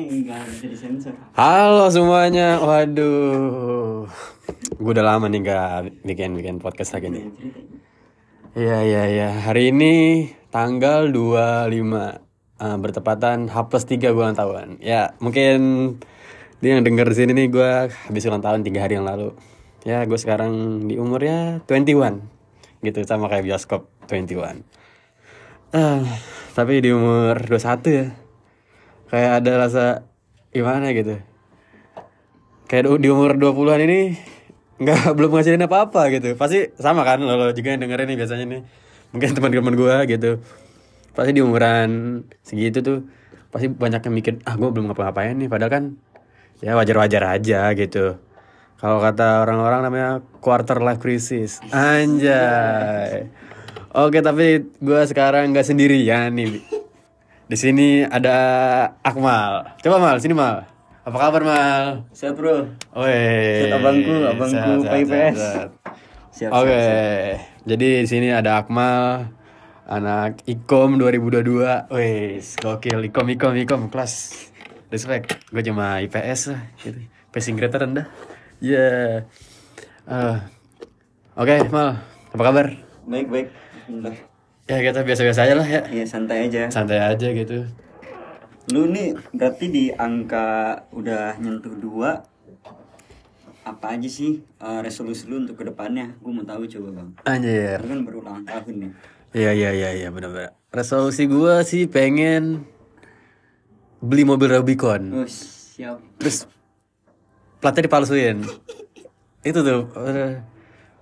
nggak bisa disensor. Halo semuanya, waduh, gue udah lama nih gak bikin bikin podcast lagi nih. Jangan cerita. Iya iya iya, hari ini tanggal 25 eh, bertepatan H plus 3 gue ulang tahun. Ya mungkin dia yang denger di sini nih gue habis ulang tahun tiga hari yang lalu. Ya gue sekarang di umur ya 21 gitu sama kayak bioskop 21. Ah, tapi di umur 21 ya kayak ada rasa gimana gitu kayak du- di umur 20-an ini nggak belum ngasilin apa-apa gitu pasti sama kan lo, lo juga yang dengerin nih biasanya nih mungkin teman-teman gua gitu pasti di umuran segitu tuh pasti banyak yang mikir ah gua belum ngapa-ngapain nih padahal kan ya wajar-wajar aja gitu kalau kata orang-orang namanya quarter life crisis anjay oke tapi gua sekarang nggak sendirian nih di sini ada Akmal coba Mal sini Mal apa kabar Mal Siap bro. Woi. Set abangku, abangku PIPS. Siap. Oke. Jadi di sini ada Akmal, anak Ikom 2022. Wes, gokil Ikom Ikom Ikom kelas. Respect. Gue cuma IPS lah gitu. Passing grade rendah. Ya. Eh, Oke, Mal. Apa kabar? Baik baik. Ya kita biasa-biasa aja lah ya. Iya santai aja. Santai aja gitu. Lu nih berarti di angka udah nyentuh dua. Apa aja sih eh, resolusi lu untuk kedepannya? Gue mau tahu coba bang. Anjir. Lu kan berulang tahun nih. Iya iya iya iya benar-benar. Resolusi gua sih pengen beli mobil Rubicon. Oh siap. Terus platnya dipalsuin. Itu tuh.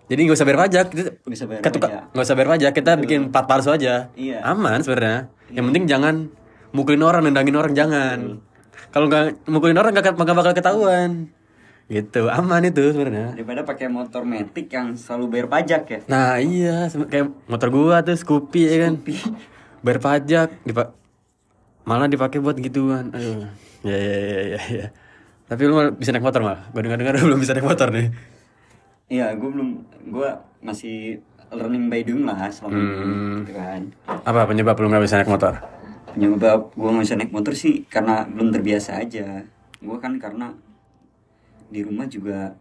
Jadi nggak usah bayar pajak. Itu- Bisa bayar Ketuka, pajak. nggak usah bayar pajak. Kita bikin plat palsu aja. Iya. Aman sebenarnya. Yang penting jangan mukulin orang, nendangin orang jangan. Kalau nggak mukulin orang nggak nggak bakal ketahuan. Gitu. Aman itu sebenarnya. Daripada pakai motor metik yang selalu bayar pajak ya. Nah iya sem- kayak motor gua tuh Scoopy ya kan Bayar pajak dipa- Malah dipakai buat gituan Aduh Ya ya ya ya, ya. Tapi lu mal- bisa naik motor malah Gue dengar-dengar lu belum bisa naik motor nih Iya, gue belum, gue masih learning by doing lah selama ini, gitu kan. Apa penyebab lu gak bisa naik motor? Penyebab gue nggak bisa naik motor sih karena belum terbiasa aja. Gue kan karena di rumah juga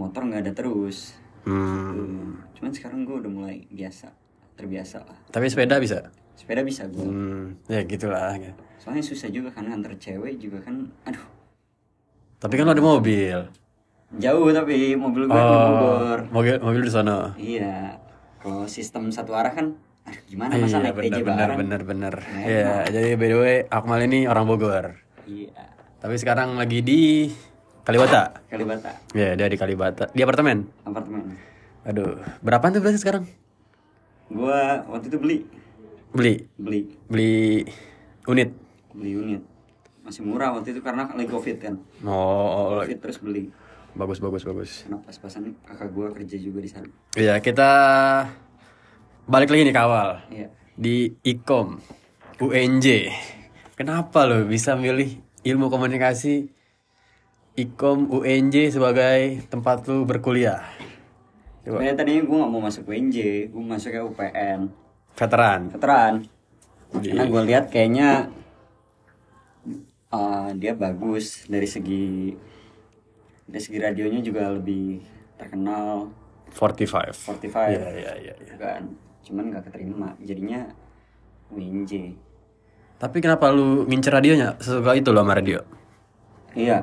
motor nggak ada terus. Hmm. Hmm, Cuman sekarang gue udah mulai biasa, terbiasa lah. Tapi sepeda bisa? Sepeda bisa gue. Hmm. Ya gitulah Soalnya susah juga kan antar cewek juga kan, aduh Tapi kan lu ada mobil jauh tapi mobil gue Oh. di Bogor. Mobil, mobil di sana Iya, kalau sistem satu arah kan, aduh gimana masa Iya naik TJ bener bener bareng? Nah, bener bener Ya jadi by the way Akmal ini orang Bogor Iya, Tapi sekarang lagi di Kaliwata Kalibata. Ya, dia di Kalibata. Di apartemen. apartemen Aduh, berapaan tuh berarti sekarang? gua waktu itu beli Beli, beli beli unit. beli unit masih murah waktu itu karena lagi covid kan Oh, covid terus beli bagus bagus bagus. karena pas-pasan kakak gua kerja juga di sana Iya, kita balik lagi nih ke awal. iya Di Ikom UNJ. Kenapa lo bisa milih ilmu komunikasi Ikom UNJ sebagai tempat lu berkuliah? Coba. sebenarnya tadinya gua nggak mau masuk UNJ gua masuk ke UPN Veteran. veteran Iya. karena gua lihat kayaknya eh, dia bagus dari segi dari segi radionya juga lebih terkenal 45. 45 Iya, iya, iya. iya. kan cuman nggak keterima jadinya UNJ Tapi kenapa lu ngincer radionya? Sesuka itu lo sama radio? Iya,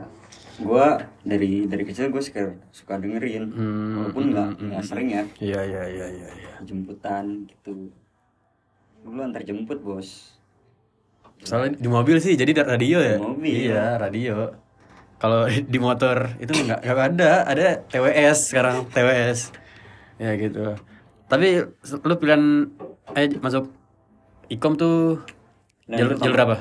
gue dari dari kecil gue suka suka dengerin, Hmm, walaupun nggak nggak sering ya Iya iya iya iya. iya. jemputan gitu. Dulu antar jemput bos. Soalnya di mobil sih jadi da- radio ya. Di mobil. Iya radio. Kalau di motor itu nggak nggak ada ada TWS sekarang TWS. Ya gitu. Tapi se- lu pilihan eh masuk ikom tuh Pilihan jalur, pertama. jalur apa?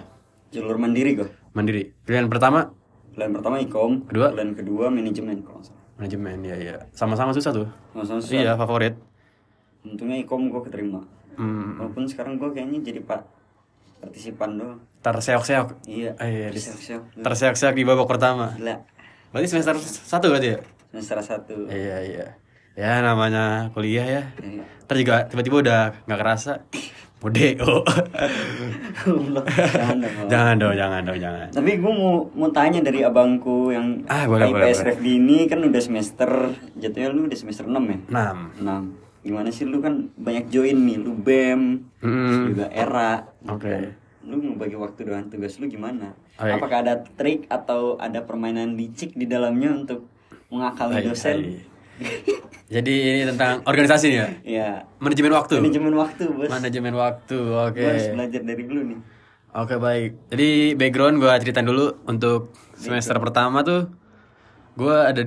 Jalur mandiri gue. Mandiri. Pilihan pertama Pilihan pertama ikom, Kedua? pilihan kedua manajemen kalau nggak salah. manajemen ya ya. Sama-sama susah tuh. Nggak salah susah. Iya favorit. Untungnya ikom gue keterima. Hmm, Walaupun sekarang gue kayaknya jadi pak partisipan doang. terseok-seok. Iya. Ah, iya, di- siap-siap. Terseok-seok di babak pertama. Gila. Berarti semester satu berarti ya? Semester satu. Iya iya. Ya namanya kuliah ya. Iya. Ntar juga tiba-tiba udah nggak kerasa E mau DO. Allah, jangan dong, Allah. jangan dong, jangan dong, jangan. Tapi gue mau mau tanya dari abangku yang Ah, boleh, boleh, IPS boleh. Refdi ini kan udah semester jatuhnya lu udah semester 6 ya? 6. 6. Gimana sih lu kan banyak join nih, lu BEM, terus Hmm. juga ERA. Oke. Oh, iya. Lu ngebagi waktu doang tugas lu gimana? Baik. Apakah ada trik atau ada permainan licik di dalamnya untuk mengakali Baik, dosen? baik. Jadi ini tentang organisasi nih ya. Ya, Manajemen waktu. manajemen waktu, Bos. Manajemen waktu. Oke. Gua harus belajar dari lu nih. Oke baik. Jadi background gua ceritain dulu untuk semester pertama tuh gua ada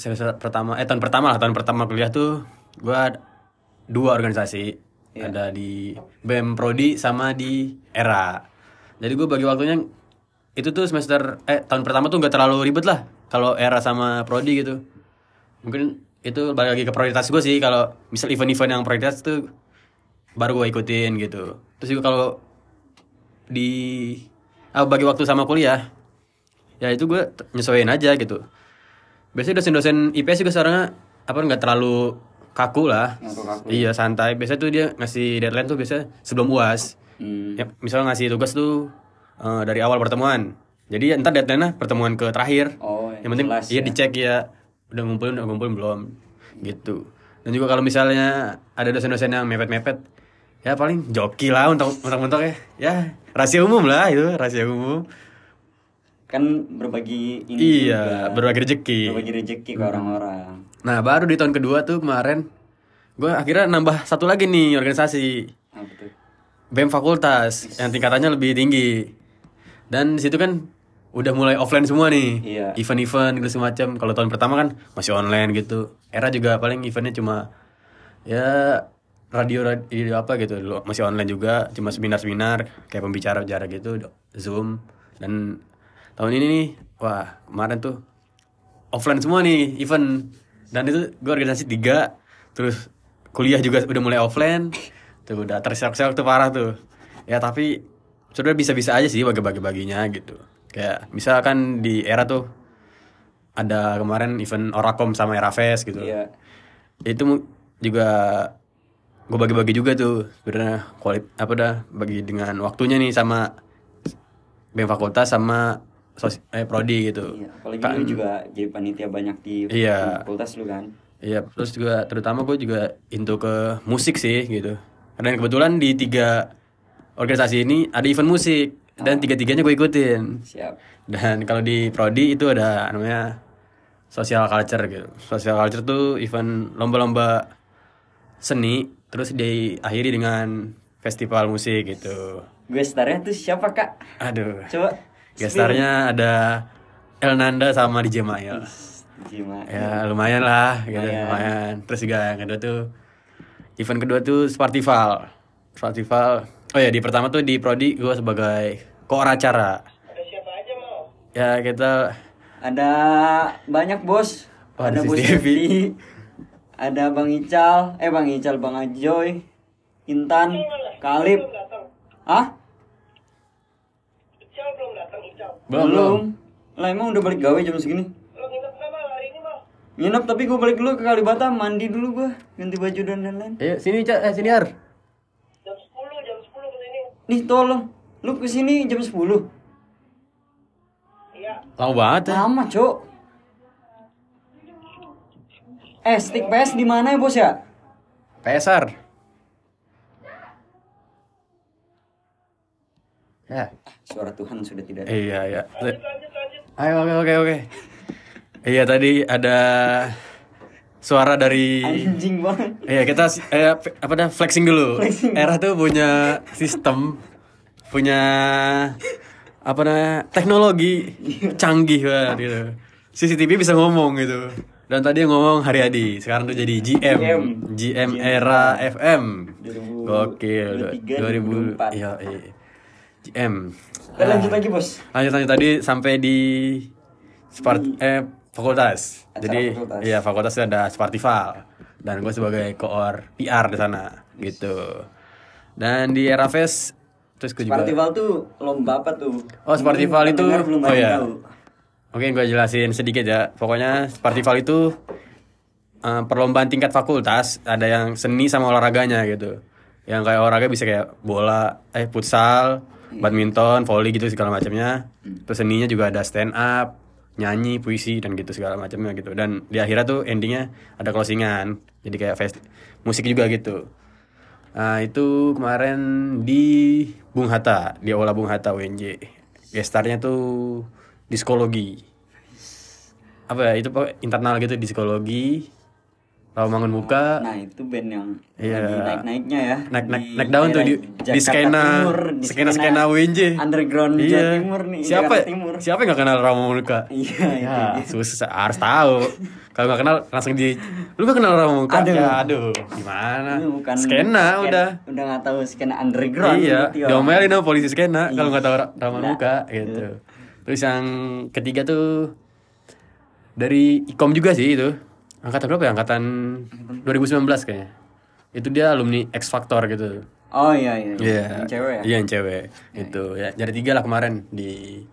semester pertama eh tahun pertama lah tahun pertama kuliah tuh gua ada dua organisasi ada di BEM Prodi sama di ERA. Jadi gua bagi waktunya itu tuh semester eh tahun pertama tuh nggak terlalu ribet lah kalau ERA sama Prodi gitu. Mungkin itu balik lagi ke prioritas gua sih kalau misal event-event yang prioritas tuh baru gua ikutin gitu. Terus juga kalau di ah, bagi waktu sama kuliah ya itu gue t- nyesuaiin aja gitu biasanya dosen-dosen IPS juga sekarang apa nggak terlalu kaku lah Nggak terlalu kaku, iya santai biasanya tuh dia ngasih deadline tuh biasanya sebelum uas Hmm. ya, misalnya ngasih tugas tuh eh, dari awal pertemuan jadi ya, ntar deadline-nya pertemuan ke terakhir Oh, yang penting jelas ya. iya dicek ya udah ngumpulin udah ngumpulin belum gitu dan juga kalau misalnya ada dosen-dosen yang mepet-mepet ya paling joki lah untuk mentok ya ya rahasia umum lah itu rahasia umum Kan berbagi ini iya juga. berbagi rezeki berbagi rezeki ke orang-orang. nah baru di tahun kedua tuh kemarin gue akhirnya nambah satu lagi nih organisasi Apa tuh? BEM fakultas yang tingkatannya lebih tinggi. Dan di situ kan udah mulai offline semua nih. Iya. Event-event gitu semacam. Kalau tahun pertama kan masih online gitu. Era juga paling eventnya cuma ya radio radio apa gitu loh. Masih online juga, cuma seminar-seminar kayak pembicara-pembicara gitu, Zoom dan tahun ini nih wah, kemarin tuh offline semua nih event dan itu gue organisasi tiga terus kuliah juga udah mulai offline tuh udah terseok-seok tuh parah tuh ya tapi sudah bisa-bisa aja sih bagi-bagi baginya gitu kayak misalkan di era tuh ada kemarin event Orakom sama Erafest gitu Iya. itu mu- juga gue bagi-bagi juga tuh sebenarnya kuali apa dah bagi dengan waktunya nih sama BEM fakultas sama sos- eh, prodi gitu Iya, apalagi lu juga jadi panitia banyak di Iya. fakultas lu kan. Iya, terus juga terutama gue juga into ke musik sih gitu. Dan kebetulan di tiga organisasi ini ada event musik dan tiga-tiganya gue ikutin. Siap. Dan kalau di prodi itu ada namanya social culture gitu. Social culture tuh event lomba-lomba seni terus diakhiri dengan festival musik gitu. Gue starnya tuh siapa kak? Aduh. Coba. Gestarnya ada Elnanda sama DJ Mail. Gimana? Ya lumayan lah gitu, Lumayan. lumayan. Terus juga yang kedua tuh event kedua tuh Spartival. Spartival. Oh ya di pertama tuh di Prodi gue sebagai koaracara. Ya kita Ada banyak bos. Oh, ada ada bos CCTV. Devi. Ada Bang Ical, eh Bang Ical, Bang Ajoy, Intan, Kalib. Hah? belum Lah emang udah balik gawe jam segini? Nginep tapi gue balik dulu ke Kalibata, mandi dulu gue, ganti baju dan lain-lain. Ayo sini Ca, eh, sini Har. Nih tolong, lu kesini jam 10 Lama banget ya. Lama, Cok. Eh, stick PS di mana ya, Bos ya? PSR. Ya. Suara Tuhan sudah tidak ada. Iya iya. Ayo oke oke oke. Iya tadi ada suara dari Anjing banget. Iya kita eh, f- apa dah flexing dulu. Flexing. Era tuh punya sistem, punya apa namanya teknologi canggih banget gitu. CCTV bisa ngomong gitu. Dan tadi yang ngomong Haryadi, sekarang tuh jadi GM, GM. GM Era FM. 2023, Gokil. du- 2024. 2000. Iya, iya. GM. Eh, Ah. lanjut lagi, Bos. Lanjut lanjut tadi sampai di Spart eh fakultas. Acara Jadi fakultas. iya fakultas itu ada Spartival dan gue sebagai koor PR di sana gitu. Dan di Erafest terus gue juga Spartival tuh lomba apa tuh? Oh, Spartival Mungkin itu- pendengar belum oh, ada yang iya. tahu. Oke, gue jelasin sedikit ya. Pokoknya Spartival itu eh, perlombaan tingkat fakultas, ada yang seni sama olahraganya gitu. yang kayak olahraga bisa kayak bola eh futsal badminton volley gitu segala macamnya terus seninya juga ada stand up nyanyi puisi dan gitu segala macamnya gitu dan di akhirnya tuh endingnya ada closingan jadi kayak fest musik juga gitu Nah, itu kemarin di Bung Hatta, di Aula Bung Hatta UNJ. Gestarnya tuh di psikologi. Apa ya, itu pokoknya internal gitu di psikologi. Rawamangun Muka, Nah itu band yang Iya. lagi naik-naiknya ya naik naik Di naik daun tuh di daerah Jakarta di skena Timur, di skena skena WNJ Underground Jawa Timur nih Iya. siapa ya? Jakarta Timur siapa yang gak kenal Rawamangun Iya ya, itu susah harus tahu kalau nggak kenal langsung di lu gak kenal orang muka Aduh. ya aduh gimana Ini bukan skena sken- udah Udah gak tahu skena underground iya gitu ya. diomelin sama polisi skena kalau nggak tahu ra- ramal Nah. muka gitu terus yang ketiga tuh dari ikom juga sih itu angkatan berapa ya angkatan 2019 kayaknya itu dia alumni X Factor gitu Oh iya iya iya. Iya. Yang cewek ya iya. Iya, yang cewek. Itu ya jadi tiga lah kemarin di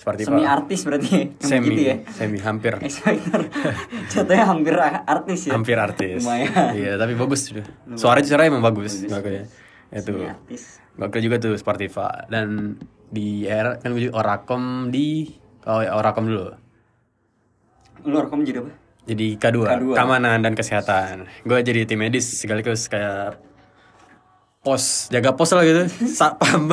seperti Semi artis berarti ya, yang semi begitu ya semi hampir X-Factor Contohnya hampir a- artis ya hampir artis. Lumayan. Iya, tapi bagus sudah. Suara suara emang bagus. Bagus. Bagus. ya. Itu. Semi artis Gokil juga tuh Sportiva dan di era kan gue juga Orakom di oh ya Orakom dulu. Lu rekom jadi apa? Jadi K2, K2. keamanan dan kesehatan. Gue jadi tim medis sekaligus kayak pos, jaga pos lah gitu. Satpam.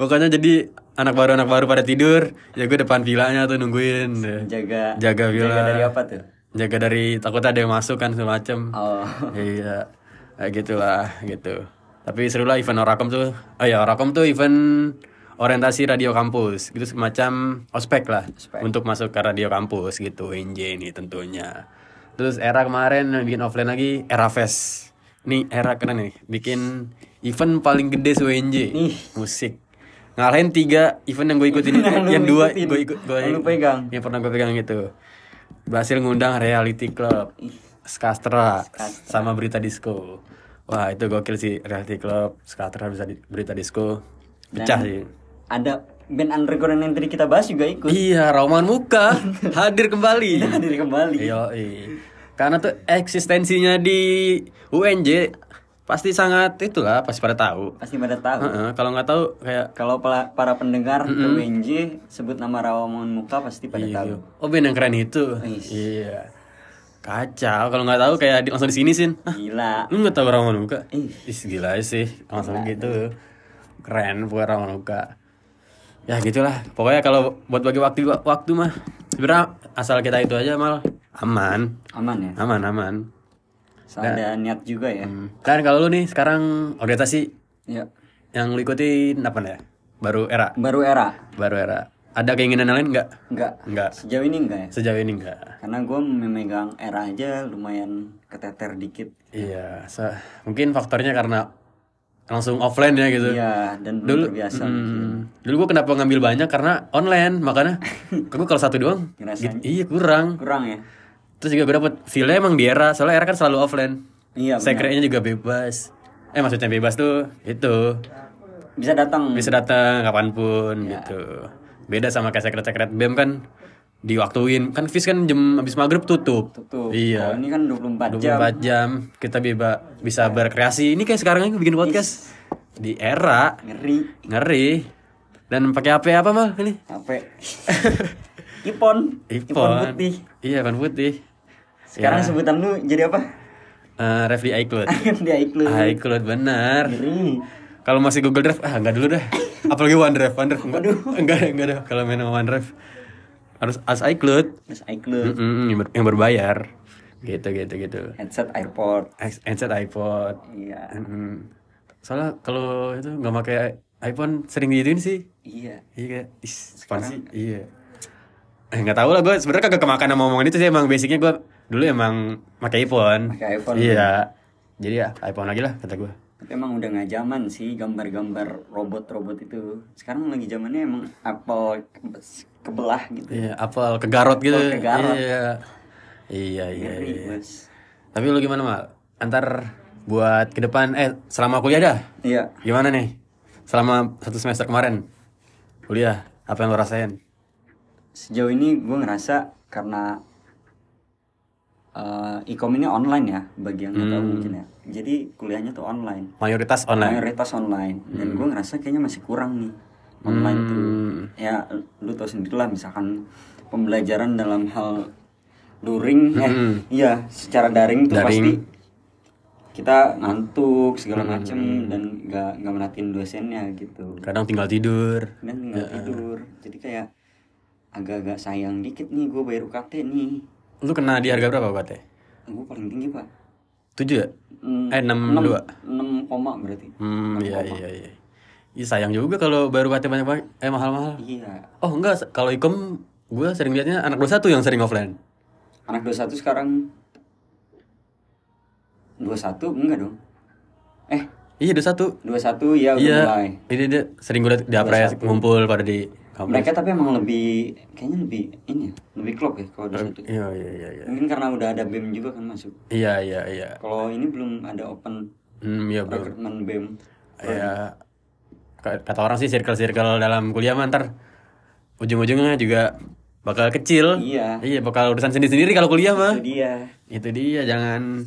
Pokoknya jadi anak baru anak baru pada tidur, ya gue depan vilanya tuh nungguin. Jaga Jaga villa. Jaga dari apa tuh? Jaga dari takutnya ada yang masuk kan segala macem. Oh iya ya, gitulah gitu tapi seru lah event Orakom tuh oh ya Orakom tuh event orientasi radio kampus gitu semacam ospek lah Ospek. untuk masuk ke radio kampus gitu NJ ini tentunya terus era kemarin yang bikin offline lagi era fest nih era keren nih bikin event paling gede se UNJ musik ngalahin tiga event yang gue ikutin Yang lu yang dua ikutin. gue ikut gue Yang lu pegang. yang pernah gue pegang itu berhasil ngundang reality club Skastra, sama berita disco wah itu gokil sih reality club Skastra bisa di, berita disco pecah Nah, sih Ada band underground yang tadi kita bahas juga ikut iya Roman Muka hadir kembali Hadir kembali Yoi. Karena tuh eksistensinya di UNJ pasti sangat itulah pasti pada tahu. Pasti pada tahu Heeh, kalau nggak tahu kayak Kalau pela- para pendengar ke WNJ sebut nama Rawamangun Muka pasti pada tahu. oh band yang keren itu. Wis. Iya. Kacau kalau nggak tahu kayak di, langsung di sini sin. Hah, Gila. Lu nggak tahu Ramon Muka? Ih. Ih, gila sih. Langsung gitu. Keren bukan Ramon Muka. Ya gitulah. Pokoknya kalau buat bagi waktu waktu mah sebenarnya asal kita itu aja mal aman. Aman ya. Aman aman. Soal ada niat juga ya. Dan kalau lu nih sekarang orientasi Ya. yang lu ikutin apa ya? Baru era, Baru era. baru era. Ada keinginan yang lain nggak? Enggak. Nggak. Sejauh ini enggak ya. Sejauh ini nggak. Karena gue memegang era aja lumayan keteter dikit. Iya, se- mungkin faktornya karena langsung offline ya gitu. Iya, dan belum Dulu- terbiasa. Hmm, dulu gua kenapa ngambil banyak karena online makanya gue kalau satu doang Ngerasanya. gitu- iya kurang Kurang ya. terus juga gue dapet feelnya emang di era soalnya era kan selalu offline Iya. benar. sekretnya juga bebas eh maksudnya bebas tuh itu Bisa datang. bisa datang kapanpun Iya. gitu beda sama kayak sekret sekret bem kan diwaktuin kan fis kan jam habis maghrib tutup Tutup. iya Kalau ini kan 24 jam. 24 jam kita beba, bisa berkreasi ini kayak sekarang ini bikin podcast di era Ngeri. ngeri dan pakai HP apa mal ini Capek. Ipon. iPhone putih. iya iPhone putih Sekarang Ya. sebutan lu jadi apa? Eh, Refli iCloud Dia iklus. iCloud benar Ngeri. Kalau masih Google Drive, ah enggak dulu dah. Apalagi OneDrive, OneDrive enggak. Enggak, enggak dah kalau main sama OneDrive. Harus as iCloud. Terus iCloud, Mm-mm, yang, ber- yang berbayar. Gitu gitu gitu. headset airport. Heads- Headset iPod. Iya. Mm-mm. Soalnya kalau itu nggak pakai iPhone sering digituin sih. Iya. Iya kayak, ih, apaan sih? Iya. Eh nggak tahu lah gue sebenarnya kagak kemakan sama omongan itu sih emang basicnya gue dulu emang pakai iPhone. Pakai iPhone. Iya. Jadi ya iPhone lagi lah kata gue. Tapi emang udah nggak zaman sih gambar-gambar robot-robot itu. Sekarang lagi zamannya emang Apple ke- kebelah gitu. Iya, apel kegarot gitu. Apel kegarot. Iya. Iya, iya, iya. Oh, Ngeri, Bos. Tapi lu gimana, Mal? Antar buat ke depan eh selama kuliah dah. Iya. Gimana nih? Selama satu semester kemarin kuliah, apa yang lu rasain? Sejauh ini gue ngerasa karena eh, e-com ini online ya bagi yang nggak tahu mungkin ya jadi kuliahnya tuh online Mayoritas Hmm. online. Hmm. mayoritas online dan gue ngerasa kayaknya masih kurang nih online tuh ya lu tau sendiri lah misalkan pembelajaran dalam hal luring eh iya secara daring tuh pasti kita ngantuk segala macem dan nggak nggak merhatiin dosennya gitu Kadang tinggal tidur. dan nggak tidur jadi kayak agak-agak sayang dikit nih gue bayar UKT nih Lu kena di harga berapa UKT? gue paling tinggi pak 7 ya? Hmm, Eh 62. enam koma berarti Hmm, iya iya iya. Ih sayang juga kalau baru UKT banyak banyak eh mahal-mahal. iya Oh enggak, se- kalau ikom gue sering liatnya anak 21 yang sering offline. anak 21 sekarang 21 enggak dong eh Iya 21. 21 ya udah Iya. mulai Ini dia sering gue liat di apres ngumpul pada di kampus. mereka tapi emang lebih kayaknya lebih ini ya lebih klop ya kalau 21 Iya iya iya iya. mungkin karena udah ada BEM juga kan masuk Iya iya iya. kalau ini belum ada open Hmm, iya bro. recruitment BEM Ya ka- kata orang sih circle-circle dalam kuliah mah ntar ujung-ujungnya juga bakal kecil. Iya. Iya, bakal urusan sendiri-sendiri kalau kuliah mah. itu dia Itu dia jangan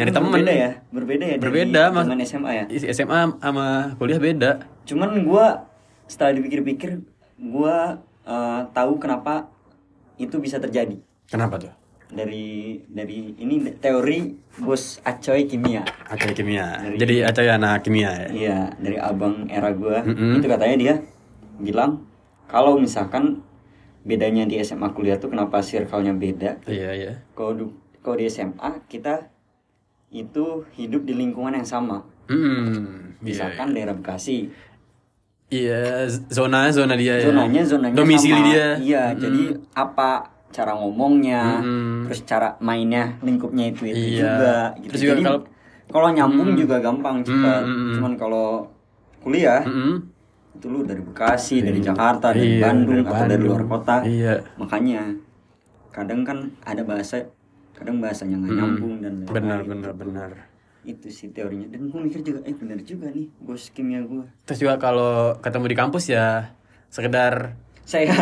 nyari Cuma temen berbeda ya berbeda ya dari Berbeda, Mas. zaman SMA ya Isi SMA sama kuliah beda. cuman gua setelah dipikir-pikir gua eh, tahu kenapa itu bisa terjadi Kenapa tuh? dari dari ini teori bos acoy kimia Acai kimia. Jadi acai anak kimia ya. iya dari abang era gua Mm-mm. itu katanya dia bilang kalau misalkan bedanya di SMA kuliah tuh kenapa circle-nya beda Iya, iya. kalau du- kalau di SMA kita itu hidup di lingkungan yang sama Hmm. Iya. misalkan daerah Bekasi Iya, zona zona dia ya. zonanya zonanya Domisili sama. dia. Hmm. iya jadi apa cara ngomongnya Mm-mm. terus cara mainnya lingkupnya itu itu Iya. juga gitu Terus juga jadi kalau- kalau nyambung juga gampang cepat cuman kalau kuliah Mm-mm. itu lu dari Bekasi dari Jakarta dari Hmm. Iya, Bandung dari atau dari luar Bandung. kota Iya. makanya kadang kan ada bahasa kadang bahasanya nggak nyambung dan lain-lain. Hmm. Benar, benar, benar. itu sih teorinya dan gue mikir juga eh benar juga nih bos kimia gue Terus juga kalau ketemu di kampus ya sekedar saya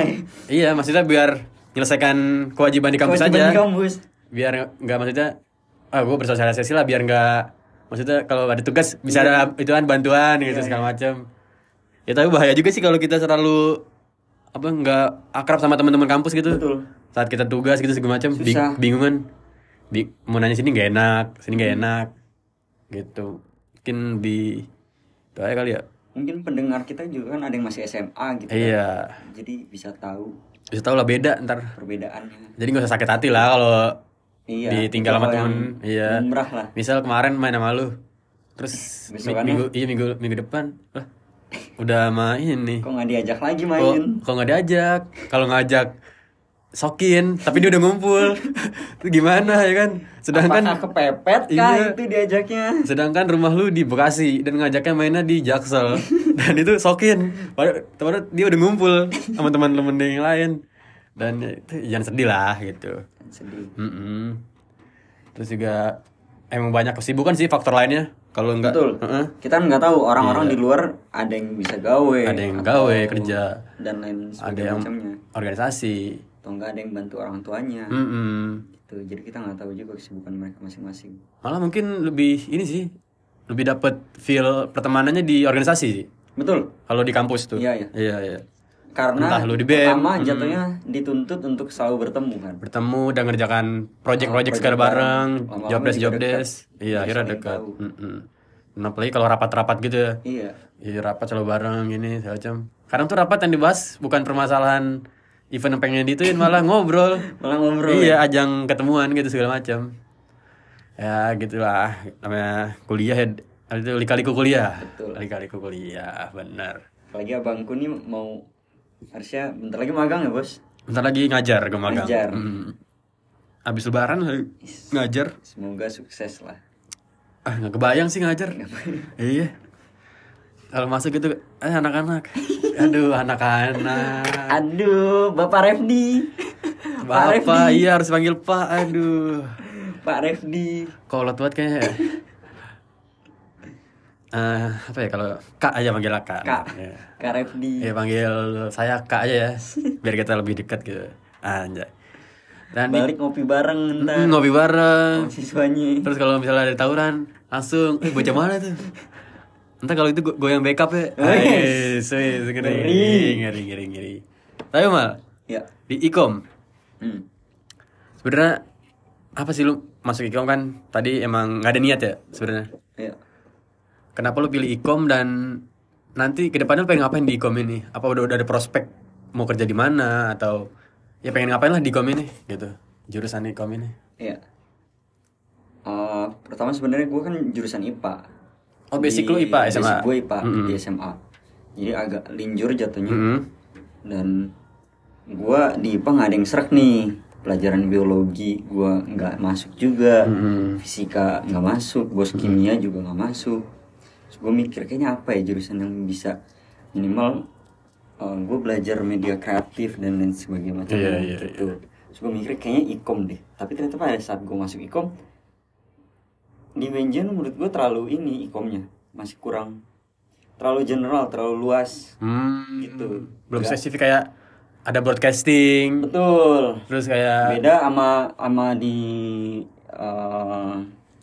iya maksudnya biar menyelesaikan kewajiban di kampus Kewajiban aja. di kampus biar nggak maksudnya ah gue bersosialisasi lah biar nggak maksudnya kalau ada tugas bisa ada Iya. itu kan bantuan gitu segala macam ya tapi bahaya juga sih kalau kita selalu apa nggak akrab sama teman-teman kampus gitu Betul. saat kita tugas gitu segala macam bing- Susah. bingungan kan. Bi- mau nanya sini nggak enak Hmm. sini nggak enak gitu mungkin di itu aja kali ya mungkin pendengar kita juga kan ada yang masih SMA gitu kan. iya jadi bisa tahu bisa tau lah beda ntar perbedaannya jadi nggak usah sakit hati lah kalau iya ditinggal sama itu hal temen yang iya lumrah lah misal kemarin main sama lu terus mi- Besokannya? minggu iya minggu minggu depan lah udah main nih kok nggak diajak lagi kok main kok nggak diajak kalau ngajak sokin tapi dia udah ngumpul Itu gimana ya kan sedangkan apakah kepepet kah Iya. itu diajaknya sedangkan rumah lu di Bekasi dan ngajaknya mainnya di Jaksel dan itu sokin padahal padahal dia udah ngumpul sama teman-teman yang lain dan itu jangan sedih lah gitu sedih Mm-mm. Terus juga emang banyak kesibukan sih faktor lainnya. Kalau enggak betul Heeh. Iya. kita kan nggak tahu orang-orang di luar ada yang bisa gawe ada yang atau- gawe kerja, dan lain ada sebagainya yang macamnya organisasi. atau nggak ada yang bantu orang tuanya Hmm. Mm-mm. gitu jadi kita nggak tahu juga kesibukan mereka masing-masing Malah mungkin lebih ini sih lebih dapat feel pertemanannya di organisasi sih. betul Kalau di kampus tuh. Iya, iya. Iya, iya. karena Entah lu di Hmm. BEM, pertama jatuhnya dituntut untuk selalu bertemu kan Bertemu dan ngerjakan project-project Oh, segala project bareng. bareng, Lama-lama job desk juga job dekat. desk. Iya, Udah akhirnya saling dekat. tahu. Mm-mm. Nah, apalagi kalau rapat-rapat gitu ya. iya Iya rapat selalu bareng gini segala macam. Kadang tuh rapat yang dibahas bukan permasalahan event yang pengen dituin malah ngobrol. malah ngobrol Iya ajang ketemuan gitu segala macam. Ya gitulah namanya kuliah ya itu lika-liku kuliah. Betul. Lika-liku kuliah bener. Apalagi abangku nih mau harusnya bentar lagi magang ya bos. Bentar lagi ngajar gue magang. Ngajar. Hmm. Abis lebaran lagi ngajar. Semoga sukses lah. Ah nggak kebayang sih ngajar. iya. Kalau masuk gitu eh anak-anak. Aduh anak-anak. Aduh, Bapak Refdi. Pak Bapak, Refdi. iya harus panggil Pak. Aduh. Pak Refdi. Kolot banget kayaknya. ya. Eh, apa ya kalau Kak aja panggil Kak. Kak. Ya. Kak Refdi. Ya, panggil saya Kak aja ya. Biar kita lebih dekat gitu. Anjay. Dan di- balik ngopi bareng ntar Mm, ngopi sama bareng. siswanya Terus kalau misalnya ada tawuran, langsung, eh bocah mana tuh? Entah kalau itu gue gue yang backup ya. Hai, Wes. iya, ngeri, ngeri, Ngeri. ngeri, ngeri, ngeri. Tapi mal, ya di ikom, hmm. sebenarnya apa sih lu masuk ikom kan? Tadi emang nggak ada niat ya sebenarnya. ya Kenapa lu pilih ikom dan nanti kedepannya lu pengen ngapain di ikom ini? Apa udah udah ada prospek mau kerja di mana atau ya pengen ngapain lah di ikom ini gitu? Jurusan ikom ini. ya Eh, pertama sebenarnya gue kan jurusan IPA Oh, basic lu IPA, SMA? basic gue IPA di SMA jadi agak linjur jatuhnya Mm-mm. dan gua di IPA nggak ada yang serak nih pelajaran biologi gua nggak masuk juga Mm-hmm. fisika nggak masuk bos kimia juga nggak masuk Terus gue mikir kayaknya apa ya jurusan yang bisa minimal gue belajar media kreatif dan lain sebagainya macam Iya, iya, gitu Terus gue mikir kayaknya ikom deh tapi ternyata pada saat gue masuk ikom di Wenjen menurut gue terlalu ini ikomnya masih kurang terlalu general terlalu luas Hmm, Gitu. Belum Nggak. spesifik kayak ada broadcasting, betul terus kayak beda sama sama di eh,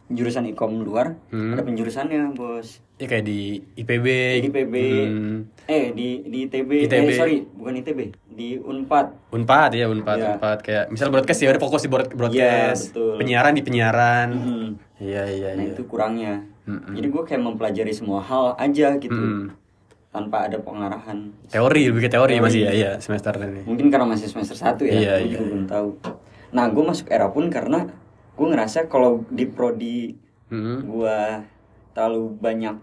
jurusan ikom luar Hmm. ada penjurusannya bos ya kayak di IPB, di PB hmm, eh di di ITB, ITB. eh sorry bukan ITB di Unpad Unpad ya, Unpad, Iya. Unpad kayak misal broadcast ya udah fokus di broad- broadcast, betul. penyiaran di penyiaran. Mm. Iya, iya, nah iya. itu kurangnya jadi gue kayak mempelajari semua hal aja gitu Mm. tanpa ada pengarahan Teori lebih ke teori masih ya, iya semester ini. mungkin karena masih semester 1 ya Iya, gue iya, juga belum tahu nah gue masuk era pun karena gue ngerasa kalau di prodi Mm. gua terlalu banyak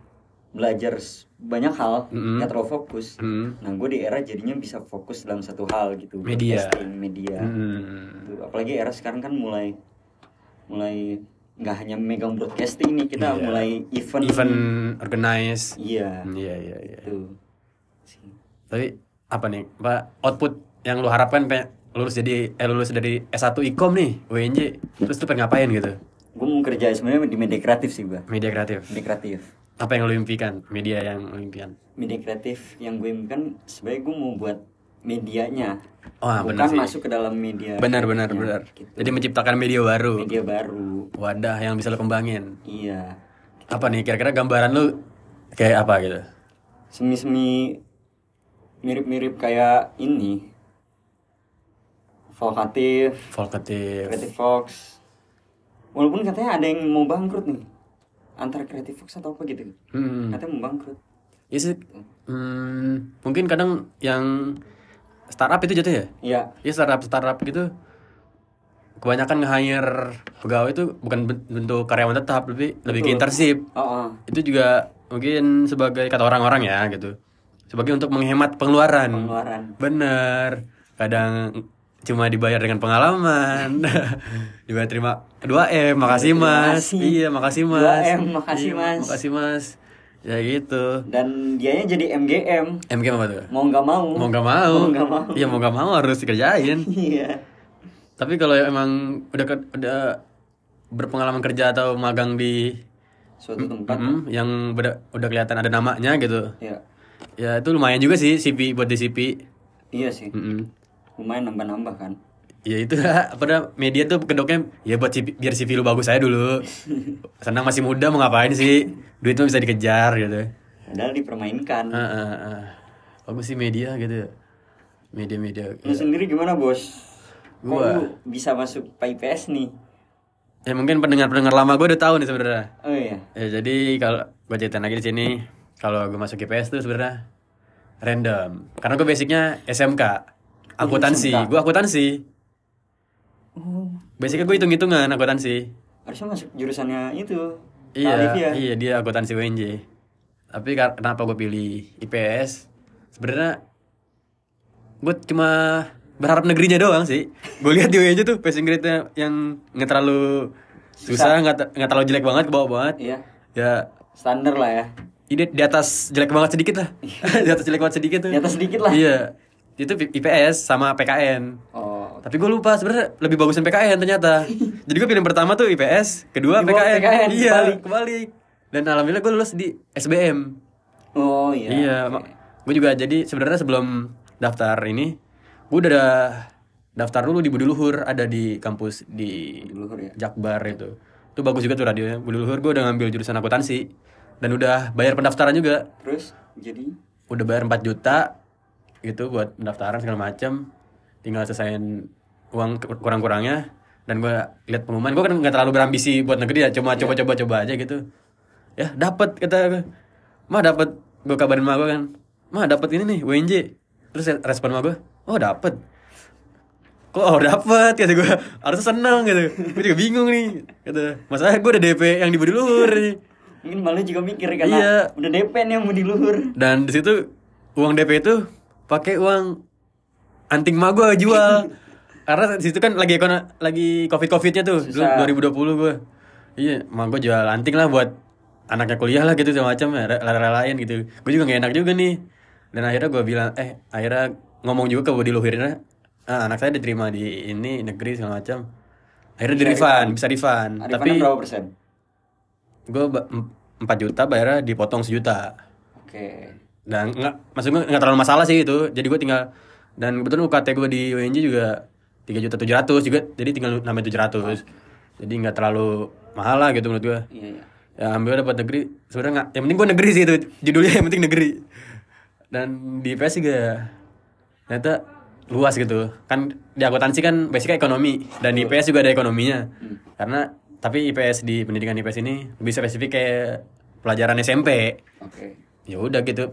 belajar s- banyak hal Mm-mm. nggak terlalu fokus Mm. nah gue di era jadinya bisa fokus dalam satu hal gitu Media. broadcasting, media Mm. Gitu. apalagi era sekarang kan mulai mulai nggak hanya megang broadcasting nih kita Iya. mulai event Event organize. iya Iya, iya, iya. gitu sih. Tapi apa nih, Pak? Output yang lu harapkan pe- lulus jadi eh, lulus dari S1 Ikom nih, UNJ. Terus lu pengen ngapain gitu? gue mau kerja sebenarnya di media kreatif sih gua Media kreatif. media kreatif Apa yang lu impikan? Media yang lu impikan. media kreatif yang gue impikan sebenarnya gue mau buat medianya Oh, ah, benar bukan sih. masuk ke dalam media Benar, benar, Ya, benar. gitu. Jadi menciptakan media baru. media baru Wadah yang bisa lu kembangin. iya Apa nih kira-kira gambaran lu kayak apa gitu? semi semi mirip mirip kayak ini Volkatif, Volkatif. Creative Fox walaupun katanya ada yang mau bangkrut nih antara Creative Fox atau apa gitu Hmm. katanya mau bangkrut Iya sih. Hmm, mungkin kadang yang startup itu jatuh ya? iya Iya startup startup gitu. Kebanyakan nge-hire pegawai itu bukan ben- bentuk karyawan tetap, lebih lebih ke internship. oh, oh. itu juga mungkin sebagai kata orang-orang ya gitu sebagai untuk menghemat pengeluaran pengeluaran bener kadang cuma dibayar dengan pengalaman dibayar terima 2 m makasih mas kasih. iya makasih mas 2M, makasih, Iya, Mas. makasih mas ya gitu dan dianya jadi MGM MG apa tuh mau nggak mau mau nggak mau mau nggak mau iya mau nggak mau harus dikerjain iya tapi kalau emang udah ke- udah berpengalaman kerja atau magang di suatu tempat mm, yang beda- udah kelihatan ada namanya gitu ya Ya itu lumayan juga sih CV buat di CV. iya sih Mm-mm. lumayan nambah nambah kan Ya itu lah, apa dah, media tuh kedoknya ya buat CV, biar CV lu bagus aja dulu. Senang masih muda mau ngapain sih? Duit mah bisa dikejar gitu. padahal dipermainkan Ah, ah, ah. Bagus sih media gitu. Media-media. Lu sendiri gimana bos? Kok Iya. Gua. lu bisa masuk PIPS nih? Ya mungkin pendengar-pendengar lama gue udah tahu nih sebenarnya. Oh iya Ya, jadi kalau gue ceritain lagi di sini, kalau gue masuk IPS tuh sebenarnya random. Karena gue basicnya SMK, Oh, akuntansi. SMK. Gue akuntansi. oh. Basicnya gue hitung-hitungan akuntansi. Harusnya masuk jurusannya itu Iya, Alif ya? iya dia akuntansi UNJ. Tapi kar- kenapa gue pilih IPS? Sebenarnya gue cuma berharap negerinya doang sih. Gue lihat di UNJ tuh passing grade-nya yang nggak terlalu susah, nggak ter- nggak terlalu jelek banget ke bawah banget. Iya Ya Standar lah ya ini di atas jelek banget sedikit lah. di atas jelek banget sedikit tuh. Iya. Di atas sedikit lah Iya. Itu IPS sama PKN. Oh Tapi gue lupa sebenarnya lebih bagusan PKN ternyata. Jadi gue pilihan pertama tuh IPS, kedua Di bawah PKN. PKN, Iya, kebalik. kebalik. Dan alhamdulillah gue lulus di SBM. Oh iya Iya, gue juga jadi sebenarnya sebelum daftar ini, gue udah ada daftar dulu di Budi Luhur ada di kampus di Luhur ya. Jakbar itu. Itu bagus juga tuh radionya. Budi Luhur gue udah ngambil jurusan akuntansi dan udah bayar pendaftaran juga. Terus jadi Udah bayar 4 juta gitu buat pendaftaran segala macem tinggal selesaiin uang ke- kurang-kurangnya dan gue lihat pengumuman gue kan nggak terlalu berambisi buat negeri ya cuma coba-coba coba aja gitu ya dapat kata gue mah dapat gue kabarin mah gue kan mah dapat ini nih WNJ terus respon mah gue oh dapat kok oh dapat kata gue harusnya seneng gitu gue juga bingung nih kata masalahnya gue udah DP yang di Budi Luhur nih mungkin malu juga mikir Iya. karena udah DP nih mau diluhur. dan di situ uang DP itu pakai uang anting ma gue jual karena di situ kan lagi ekono, lagi covid covidnya tuh Susah. dulu 2020 gue iya ma gue jual anting lah buat anaknya kuliah lah gitu macam rela-relain gitu gue juga gak enak juga nih dan akhirnya gue bilang eh akhirnya ngomong juga ke Budi Luhirnya ah, anak saya diterima di ini negeri segala macam akhirnya di refund bisa refund Arifannya tapi berapa persen? gue 4 juta bayarnya dipotong sejuta Oke. dan nggak maksud gue nggak terlalu masalah sih itu jadi gue tinggal dan kebetulan UKT gue di UNJ juga tiga juta tujuh ratus juga jadi tinggal enam tujuh ratus jadi nggak terlalu mahal lah gitu menurut gue Iya iya. ya ambil dapat negeri sebenarnya nggak yang penting gue negeri sih itu judulnya yang penting negeri dan di IPS juga ternyata luas gitu kan di akuntansi kan basicnya ekonomi dan di IPS juga ada ekonominya karena tapi IPS di pendidikan IPS ini lebih spesifik kayak pelajaran SMP Oke. ya udah gitu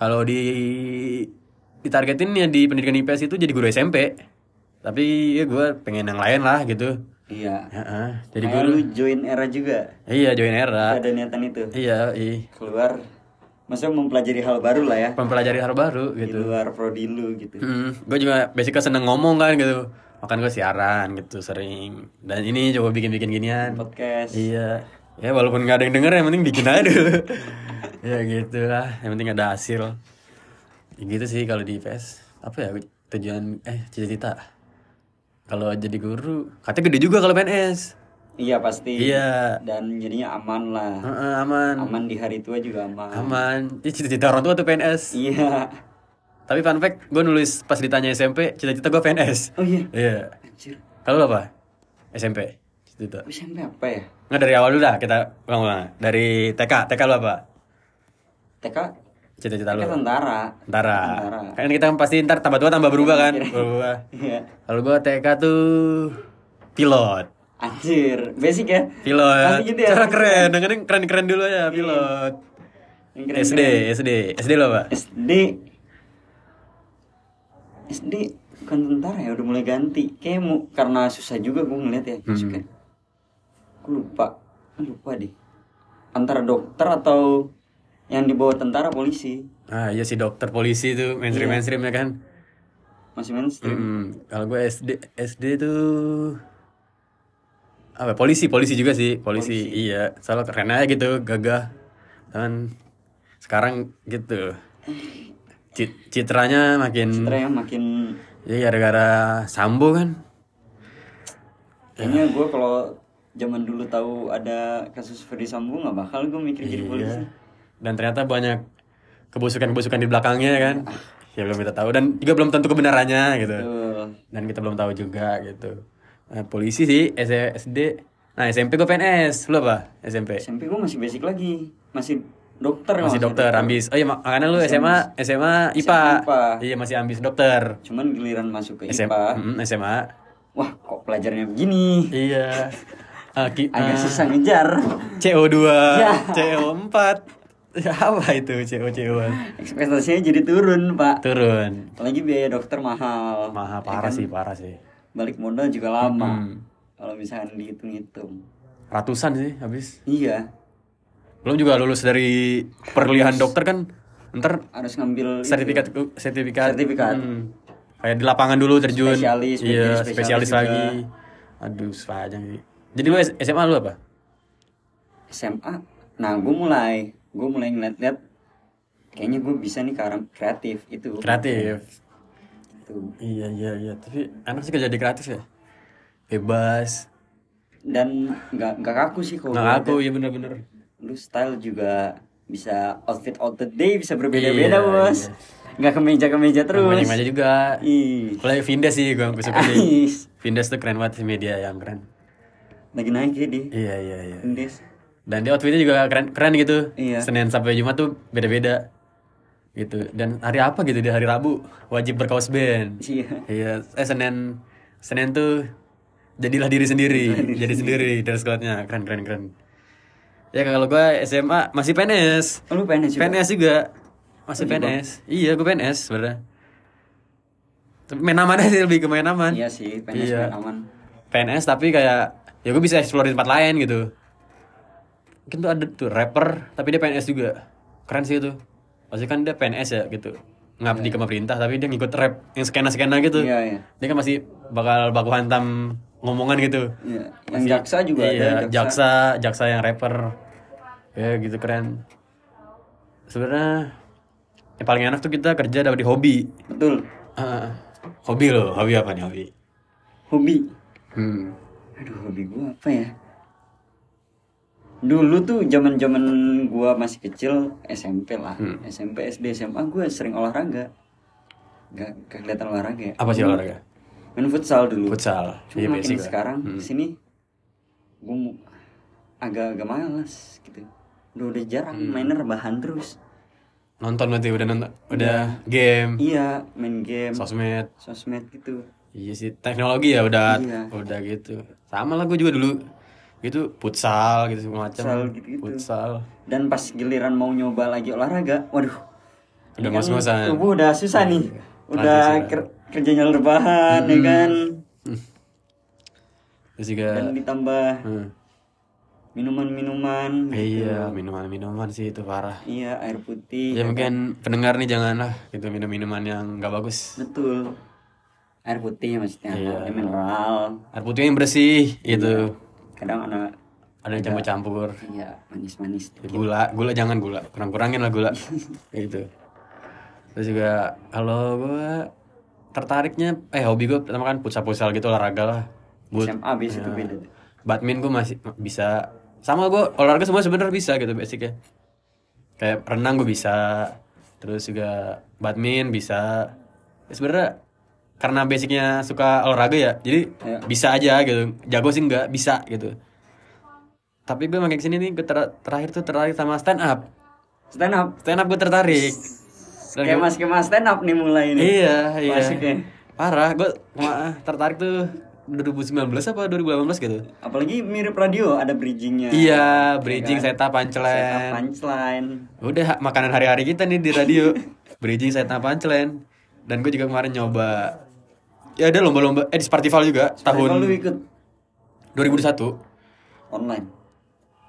kalau di ditargetin ya di pendidikan IPS itu jadi guru SMP tapi ya gue pengen yang lain lah gitu Iya. Ya, ah, jadi Jadi guru lu join era juga. iya join era Ada niatan itu. iya i Keluar maksudnya mempelajari hal baru lah ya. mempelajari hal baru Di gitu luar prodi lu gitu. gue juga basicnya seneng ngomong kan gitu makan gue siaran gitu sering dan ini coba bikin bikin ginian Podcast. iya ya walaupun nggak ada yang denger yang penting bikin aja dulu ya gitu lah yang penting ada hasil ya, gitu sih kalau di IPS apa ya tujuan eh cita-cita kalau jadi guru katanya gede juga kalau PNS Iya pasti. iya Dan jadinya aman lah. Heeh, aman Aman di hari tua juga aman. aman Ya, cita-cita orang tua tuh PNS Iya. tapi fun fact gue nulis pas ditanya SMP cita-cita gue PNS Oh iya. iya Anjir. kalau lu apa SMP cita-cita Gue sampai apa ya? nggak dari awal dulu dah kita ulang-ulang dari TK TK lu apa TK. cita-cita TK lu tentara. Tentara. Tentara. Kan kita pasti ntar tambah tua tambah berubah kan? berubah. Iya. Kalau gua TK tuh pilot. Anjir. Basic ya. Pilot. Pasti gitu ya. Cara keren, dengerin keren-keren dulu ya pilot. Yang keren-keren. SD, SD, SD lo, Pak. SD. SD bukan tentara ya udah mulai ganti. Kayak mau karena susah juga gue ngeliat Hmm. ya. Suka. Gue lupa. Gue lupa deh. Antara dokter atau yang dibawa tentara polisi Ah, iya si dokter polisi tuh mainstream-mainstream ya kan. masih mainstream. Hmm, kalau gua SD SD tuh apa ya? polisi polisi juga sih polisi, iya soalnya keren aja gitu gagah dan sekarang gitu Cit- citranya makin Citra yang makin Ya gara-gara Sambo kan. kayaknya gue kalau zaman dulu tahu ada kasus Ferry Sambo nggak bakal gue mikir Iya. jadi polisi. Dan ternyata banyak kebusukan-kebusukan di belakangnya kan. Ya belum kita tahu dan juga belum tentu kebenarannya gitu. Tuh. Dan kita belum tahu juga gitu. Nah, polisi sih S- SD. Nah, SMP gue PNS. Lu apa? SMP. SMP gue masih basic lagi, masih dokter Masih maksudnya. dokter ambis. Oh iya mak- makanya lu SMA SMA IPA. IPA. Iya masih ambis dokter. Cuman giliran masuk ke IPA, SMA. Mm, SMA. wah kok pelajarannya begini, Iya. Ah, ki- agak ah. susah ngejar. CO2, Ya. CO4. Ya, apa itu CO CO? Ekspektasinya jadi turun pak. Turun. Ya kan? Apalagi biaya dokter mahal. Ya kan? Maha parah sih, parah sih. Balik modal juga lama. Kalau misalkan dihitung-hitung. Ratusan sih habis. Iya, Belum juga lulus dari perkuliahan dokter kan. Ntar harus ngambil itu. sertifikat sertifikat Sertifikat. Hmm. Kayak di lapangan dulu terjun. Spesialis, iya, menjadi spesialis, spesialis lagi. Aduh, susah aja sih. Jadi lu S- SMA lu apa? SMA. Nah gue mulai, gue mulai ngeliat-liat. Kayaknya gue bisa nih ke arah kreatif itu. Gitu. Kreatif. Itu. Iya, iya, iya. Tapi enak sih kerja di kreatif ya. Bebas. Dan nggak nggak kaku sih kalau Nggak aku, iya bener-bener. lu style juga bisa outfit out the day bisa berbeda-beda Iya, bos iya. nggak ke meja ke meja terus Main aja juga. ih Kalau Vindes sih gue gue suka sih. ais. Vindes tuh keren banget sih media yang keren. lagi naik ya di Iya iya iya. Indes Dan dia outfitnya juga keren keren gitu. Iya. Senin sampai Jumat tuh beda beda gitu. Dan hari apa gitu di hari Rabu wajib berkaos band. iya Iya. Eh Senin Senin tuh jadilah diri sendiri, jadi sendiri dress code-nya keren keren keren. Ya kalau gue SMA masih PNS. oh, lu PNS juga PNS juga. Masih PNS. Iya, gue PNS sebenarnya. Tapi Main aman aja sih lebih ke main aman. iya sih PNS Iya. main aman PNS tapi kayak ya gue bisa explore di tempat lain gitu. Mungkin tuh ada tuh rapper tapi dia PNS juga. Keren sih itu. Maksudnya kan dia PNS ya gitu. Ngabdi ke pemerintah tapi dia ngikut rap yang skena-skena gitu. iya iya Dia kan masih bakal baku hantam ngomongan gitu. Iya, yang jaksa juga iya, ada. jaksa. jaksa, yang rapper. Ya gitu keren. Sebenarnya yang paling enak tuh kita kerja dapat di hobi. Betul. Ah, hobi loh, hobi apa nih hobi? Hobi. Hmm. Aduh, hobi gua apa ya? Dulu tuh zaman-zaman gua masih kecil SMP lah. Hmm. SMP, SD, SMA gua sering olahraga. Gak, gak kelihatan olahraga ya. Apa sih olahraga? Main futsal dulu. Futsal. Iya Cuma makin basic lah. sekarang sini gua mu- agak-agak malas gitu. Udah udah jarang Hmm. main rebahan terus. Nonton berarti udah nonton, udah game, Iya, main game, sosmed. sosmed gitu. Iya sih, teknologi ya udah Iya. udah gitu. Sama lah gue juga dulu. Gitu futsal gitu segala macam. Futsal gitu-gitu. Futsal. Dan pas giliran mau nyoba lagi olahraga, waduh, Udah Iya. Kan ngos-ngosan. Tubuh udah susah nih. Udah Transisi. ker- kerjanya rebahan ya Hmm. kan. Iya. Terus juga Dan ditambah hmm. minuman-minuman. Iya, minuman-minuman sih itu parah. gitu. Iya, kan. air putih. Ya mungkin pendengar nih janganlah gitu minum-minuman yang nggak bagus. Betul. Air putih maksudnya. Iya. Ada mineral. Air putih yang bersih gitu. Kadang ada Ada yang campur-campur. iya manis-manis. Ya, Gula, gula jangan gula. Kurang-kurangin lah gula. gitu. Terus juga kalau gua tertariknya eh hobi gua pertama kan futsal-futsal gitu olahraga lah. Gua SMA abis Iya. itu beda. badminton gue masih bisa sama gue olahraga semua sebenarnya bisa gitu basicnya kayak renang gue bisa terus juga badminton bisa Ya, sebenarnya karena basicnya suka olahraga ya jadi Ya. bisa aja gitu jago sih nggak bisa gitu tapi gue makin kesini nih gue ter- terakhir tuh tertarik sama stand up Stand up. stand up gue tertarik Dan gua- Skema-skema stand up nih mulai nih. Iya, iya. Klasiknya. Parah, gue tertarik tuh 2019 apa 2018 gitu. Apalagi mirip radio ada bridgingnya. Iya, bridging, Setup setup, punchline. punchline. Udah makanan hari-hari kita nih di radio. bridging, setup, punchline. Dan gue juga kemarin nyoba. Ya ada lomba-lomba eh di Spartival juga Kalau lu tahun ikut 2001. online.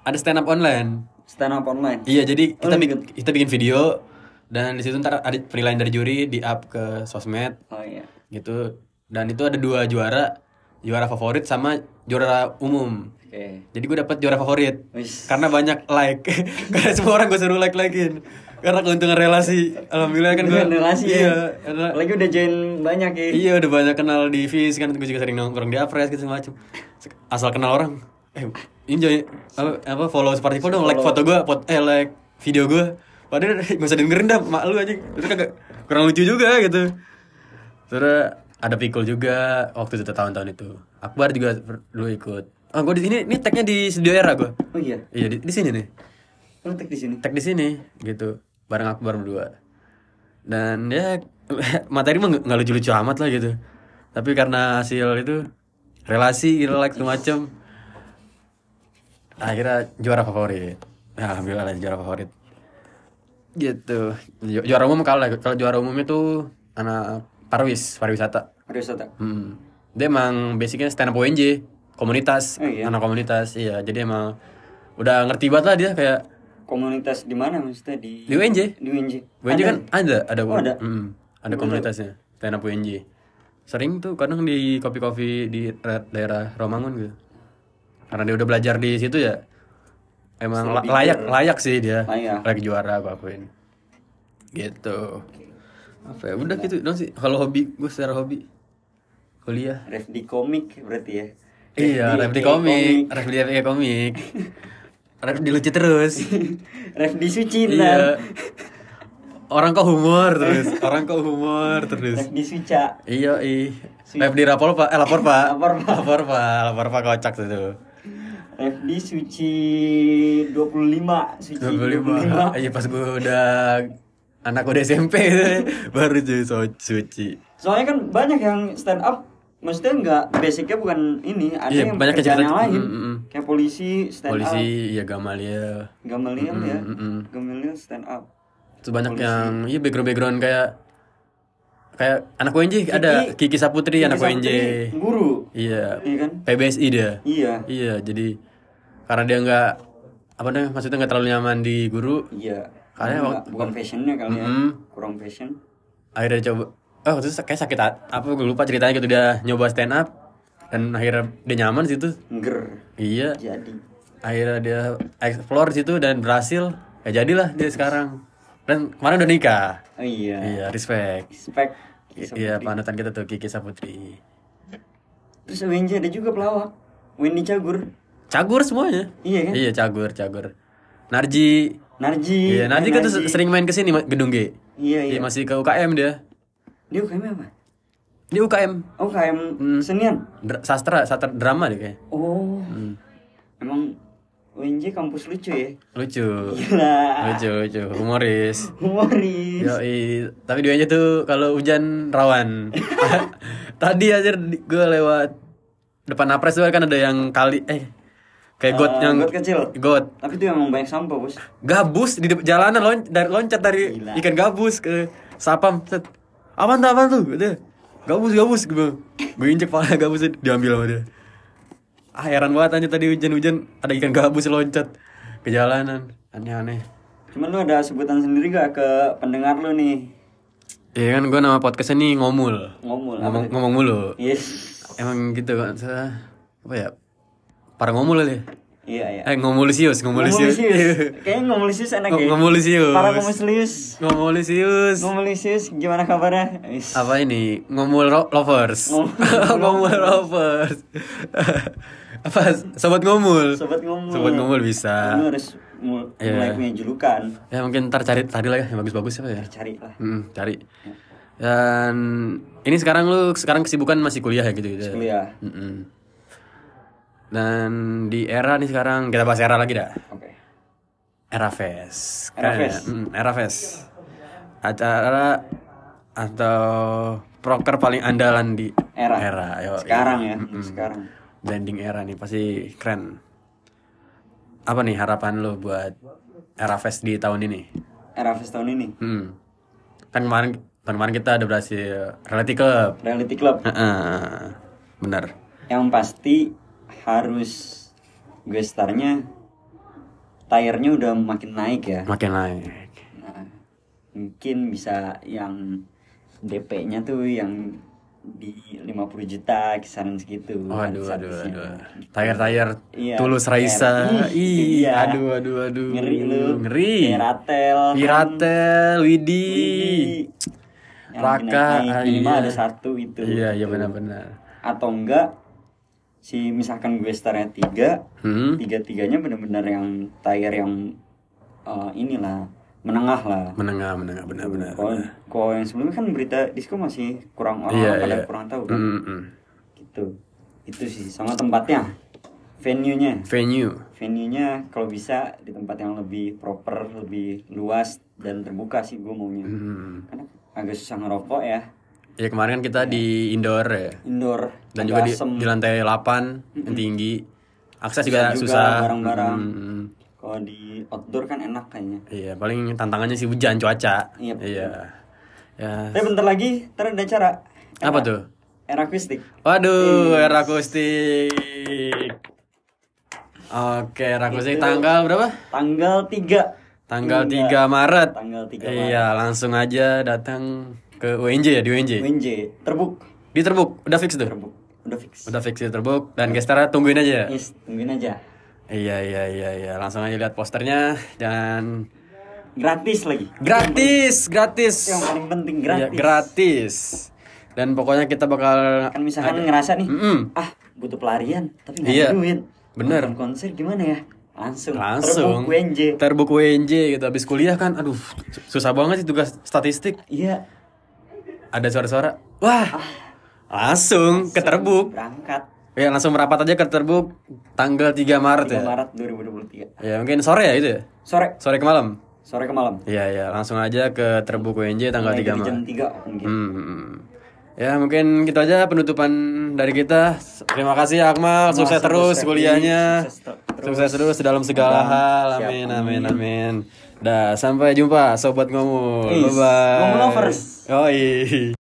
Ada stand up online. Stand up online. Iya, jadi Oh, kita bikin kita bikin video dan di situ ntar ada penilaian dari juri di up ke sosmed Oh iya. gitu. Dan itu ada dua juara, juara favorit sama juara umum. Oke. Jadi gue dapet juara favorit. Wis. karena banyak like karena semua orang gue suruh like likein karena keuntungan relasi alhamdulillah kan gue Udah relasi iya ya. karena- Apalagi udah join banyak ya. iya udah banyak kenal di Viz kan gue juga sering nongkrong di Apres gitu macam asal kenal orang eh enjoy apa, apa follow seperti follow dong like foto gue pot eh like video gue padahal gak usah dengerin dah mak lu aja itu kagak kurang lucu juga gitu terus ada pikul juga waktu itu tahun-tahun itu Akbar juga per- dulu ikut ah gue di sini ini tagnya di studio era gue Oh iya. iya di, di sini nih Lu tek di sini. tag di sini gitu bareng Akbar berdua dan ya materi mah nggak- nggak lucu-lucu amat lah gitu tapi karena hasil itu relasi gitu like segala macem akhirnya juara favorit Nah, alhamdulillah lah juara favorit gitu Ju- juara umum kalah kalau juara umum itu anak parwis pariwisata Ada wisata. Hmm. Dia emang basicnya stand up ONJ, komunitas, Oh, iya. anak komunitas, iya. Jadi emang udah ngerti banget lah dia kayak Komunitas di mana maksudnya di di UNJ. di UNJ. UNJ kan ada, ada, Oh, ada. Mm, ada komunitasnya, stand up UNJ. Sering tuh kadang di kopi-kopi di ra- daerah Romangun gitu. Karena dia udah belajar di situ ya. Emang la- layak layak sih dia. Layak. juara aku akuin. Gitu. Apa ya? Udah gitu dong sih. Kalau hobi gue secara hobi kuliah. Ref di komik berarti ya. Iya, ref di komik, ref di FK komik. Ref di lucu terus. Ref di suci iya. orang kok humor terus orang kok humor terus Tes di suca iya ih FD rapor pak eh lapor pak Lapor, Pak. lapor pak lapor pak kocak itu FD suci 25 suci 25 iya pas gue udah anak udah SMP itu baru jadi so- suci 25. soalnya kan banyak yang stand up maksudnya nggak basicnya bukan ini ada yang Iya, banyak yang pekerjaan yang cerita- lain Mm, mm, mm. kayak polisi stand up polisi ya Gamaliel Gamaliel ya Mm, mm, mm. Gamaliel stand up Terus banyak Polisi. yang iya background background kayak kayak anak UNJ ada Kiki Saputri Iya, anak Bisa UNJ jadi guru iya iya kan PBSI dia iya iya jadi karena dia nggak apa namanya maksudnya nggak terlalu nyaman di guru iya Kayaknya Nggak, waktu- bukan fashionnya kali ya Mm. kurang fashion akhirnya dia coba oh waktu itu kayak sakit hat- apa gue lupa ceritanya gitu dia nyoba stand up dan akhirnya dia nyaman di situ nger iya jadi akhirnya dia explore di situ dan berhasil ya jadilah dia sekarang dan kemarin udah nikah oh iya iya respect spek I- iya panutan kita tuh Kiki Saputri terus Wenji ada juga pelawak Wendy Cagur cagur semuanya iya kan iya cagur cagur Narji Narji iya Narji Eh, kan tuh sering main kesini Ma- gedung G iya iya iya masih ke UKM dia dia UKM apa dia UKM oh UKM Mm. senian Dra- sastra sastra drama deh kayak oh Hmm. emang Wenji kampus lucu ya lucu gila lucu lucu humoris humoris Yoi, tapi dia aja tuh kalau hujan rawan. Tadi aja gue lewat depan apres tuh kan ada yang kali eh kayak got Eh, yang got kecil. got tapi tuh emang banyak sampah bos gabus di de- jalanan lon dari loncat dari Gila. ikan gabus ke sapam set apaan tuh apaan tuh gitu gabus gabus gue gue injek pala gabus itu, diambil sama dia ah heran banget aja tadi hujan-hujan ada ikan gabus loncat ke jalanan aneh-aneh cuman lu ada sebutan sendiri gak ke pendengar lu nih Iya kan gue nama podcastnya nih ngomul ngomul apa ngomong tuh? ngomong mulu yes emang gitu kan saya- apa ya para ngomul ya iya iya eh ngomulisius ngomulisius Ngomulisius. Kayaknya ngomulisius enak ya. Ngomulisius. Para ngomulisius. ngomulisius Ngomulisius gimana kabarnya? Wis. apa ini ngomul ro- lovers Ngomul ngomul lovers apa sobat ngomul Sobat ngomul. sobat ngomul bisa Lu harus mul- Iya. mulai punya julukan. ya mungkin ntar cari tadi lah ya yang bagus-bagus apa ya Cari lah. Hmm, cari dan ini sekarang lu sekarang kesibukan masih kuliah ya gitu gitu Kuliah. Mm-mm. dan di era nih sekarang kita bahas era lagi dah Oke. Erafes. Erafes. Erafes. Mm, Acara atau proker paling andalan di Era. Era. Yo, Sekarang iya. ya, sekarang. Blending era nih pasti keren. Apa nih harapan lo buat Erafes di tahun ini? Era Fest tahun ini. Hmm. Kan kemarin tahun kemarin kita ada berhasil Reality Club. Reality Club Heeh. Bener. yang pasti harus gestarnya tire-nya udah makin naik ya. Makin naik. Nah, mungkin bisa yang DP-nya tuh yang di 50 juta kisaran segitu. Waduh, aduh, artis-artisnya. aduh. Tayar-tayar Iya, tulus Raisa. tayar. Ih, Ih, iya. aduh, aduh, aduh. Ngeri lu. Ngeri. Piratel. kan. Piratel, Widi. Yang Raka, naik-naik. ah, minimal iya. ada satu itu. Iya, iya benar-benar. Atau enggak si misalkan gue starnya tiga, Hmm. tiga-tiganya benar-benar yang tayar yang eh, inilah menengah lah. Menengah, menengah benar-benar. Kalau kalau yang sebelumnya kan berita disco masih kurang orang Iya, pada iya. kurang tahu kan. Mm, mm. gitu itu sih sama tempatnya venue nya Venue. venue nya kalau bisa di tempat yang lebih proper lebih luas dan terbuka sih gue maunya Hmm. karena agak susah ngerokok ya Ya kemarin kan kita di indoor ya. indoor Dan Iya. agak juga di, asem. di lantai 8 yang tinggi. Akses juga, juga, susah. barang-barang. Mm, mm. kalau di outdoor kan enak kayaknya Iya, paling tantangannya sih hujan cuaca. Iya, betul. Iya. Ya. tapi bentar lagi ntar ada acara Apa tuh? era akustik Waduh, era akustik. Oke, era akustik Itu- tanggal berapa? tanggal 3 Tanggal Enggak. 3 Maret. tanggal 3 Iya, langsung aja datang ke UNJ ya, di UNJ. WNJ terbuk Di Terbuk, udah fix tuh. terbuk udah fix Udah fix di Terbuk dan Gestara tungguin aja. ya? yes tungguin aja Iya, iya, iya, iya. Langsung aja lihat posternya dan gratis lagi gratis, gratis. yang paling penting Iya, gratis gratis. Dan pokoknya kita bakal kan misalkan ngerasa nih Mm-mm. ah butuh pelarian tapi nggak Iya, ada duit bener. Nonton konser gimana ya langsung langsung terbuk UNJ. terbuk UNJ gitu habis kuliah kan aduh susah banget sih tugas statistik iya ada suara-suara wah langsung ke terbuk berangkat ya langsung merapat aja ke terbuk tanggal 3 Maret 3 ya Maret 2023 ya mungkin sore ya itu ya sore sore ke malam sore ke malam Iya ya langsung aja ke terbuk UNJ tanggal Mulai 3 dari Maret jam 3 open game Hmm, hmm. Ya mungkin gitu aja penutupan dari kita. Terima kasih Akmal, sukses terus sukses, kuliahnya. sukses ter- Sukses terus dalam segala hal. Amin amin amin. Dah sampai jumpa sobat ngomul. Is, Bye bye. ngomul lovers. Yoi.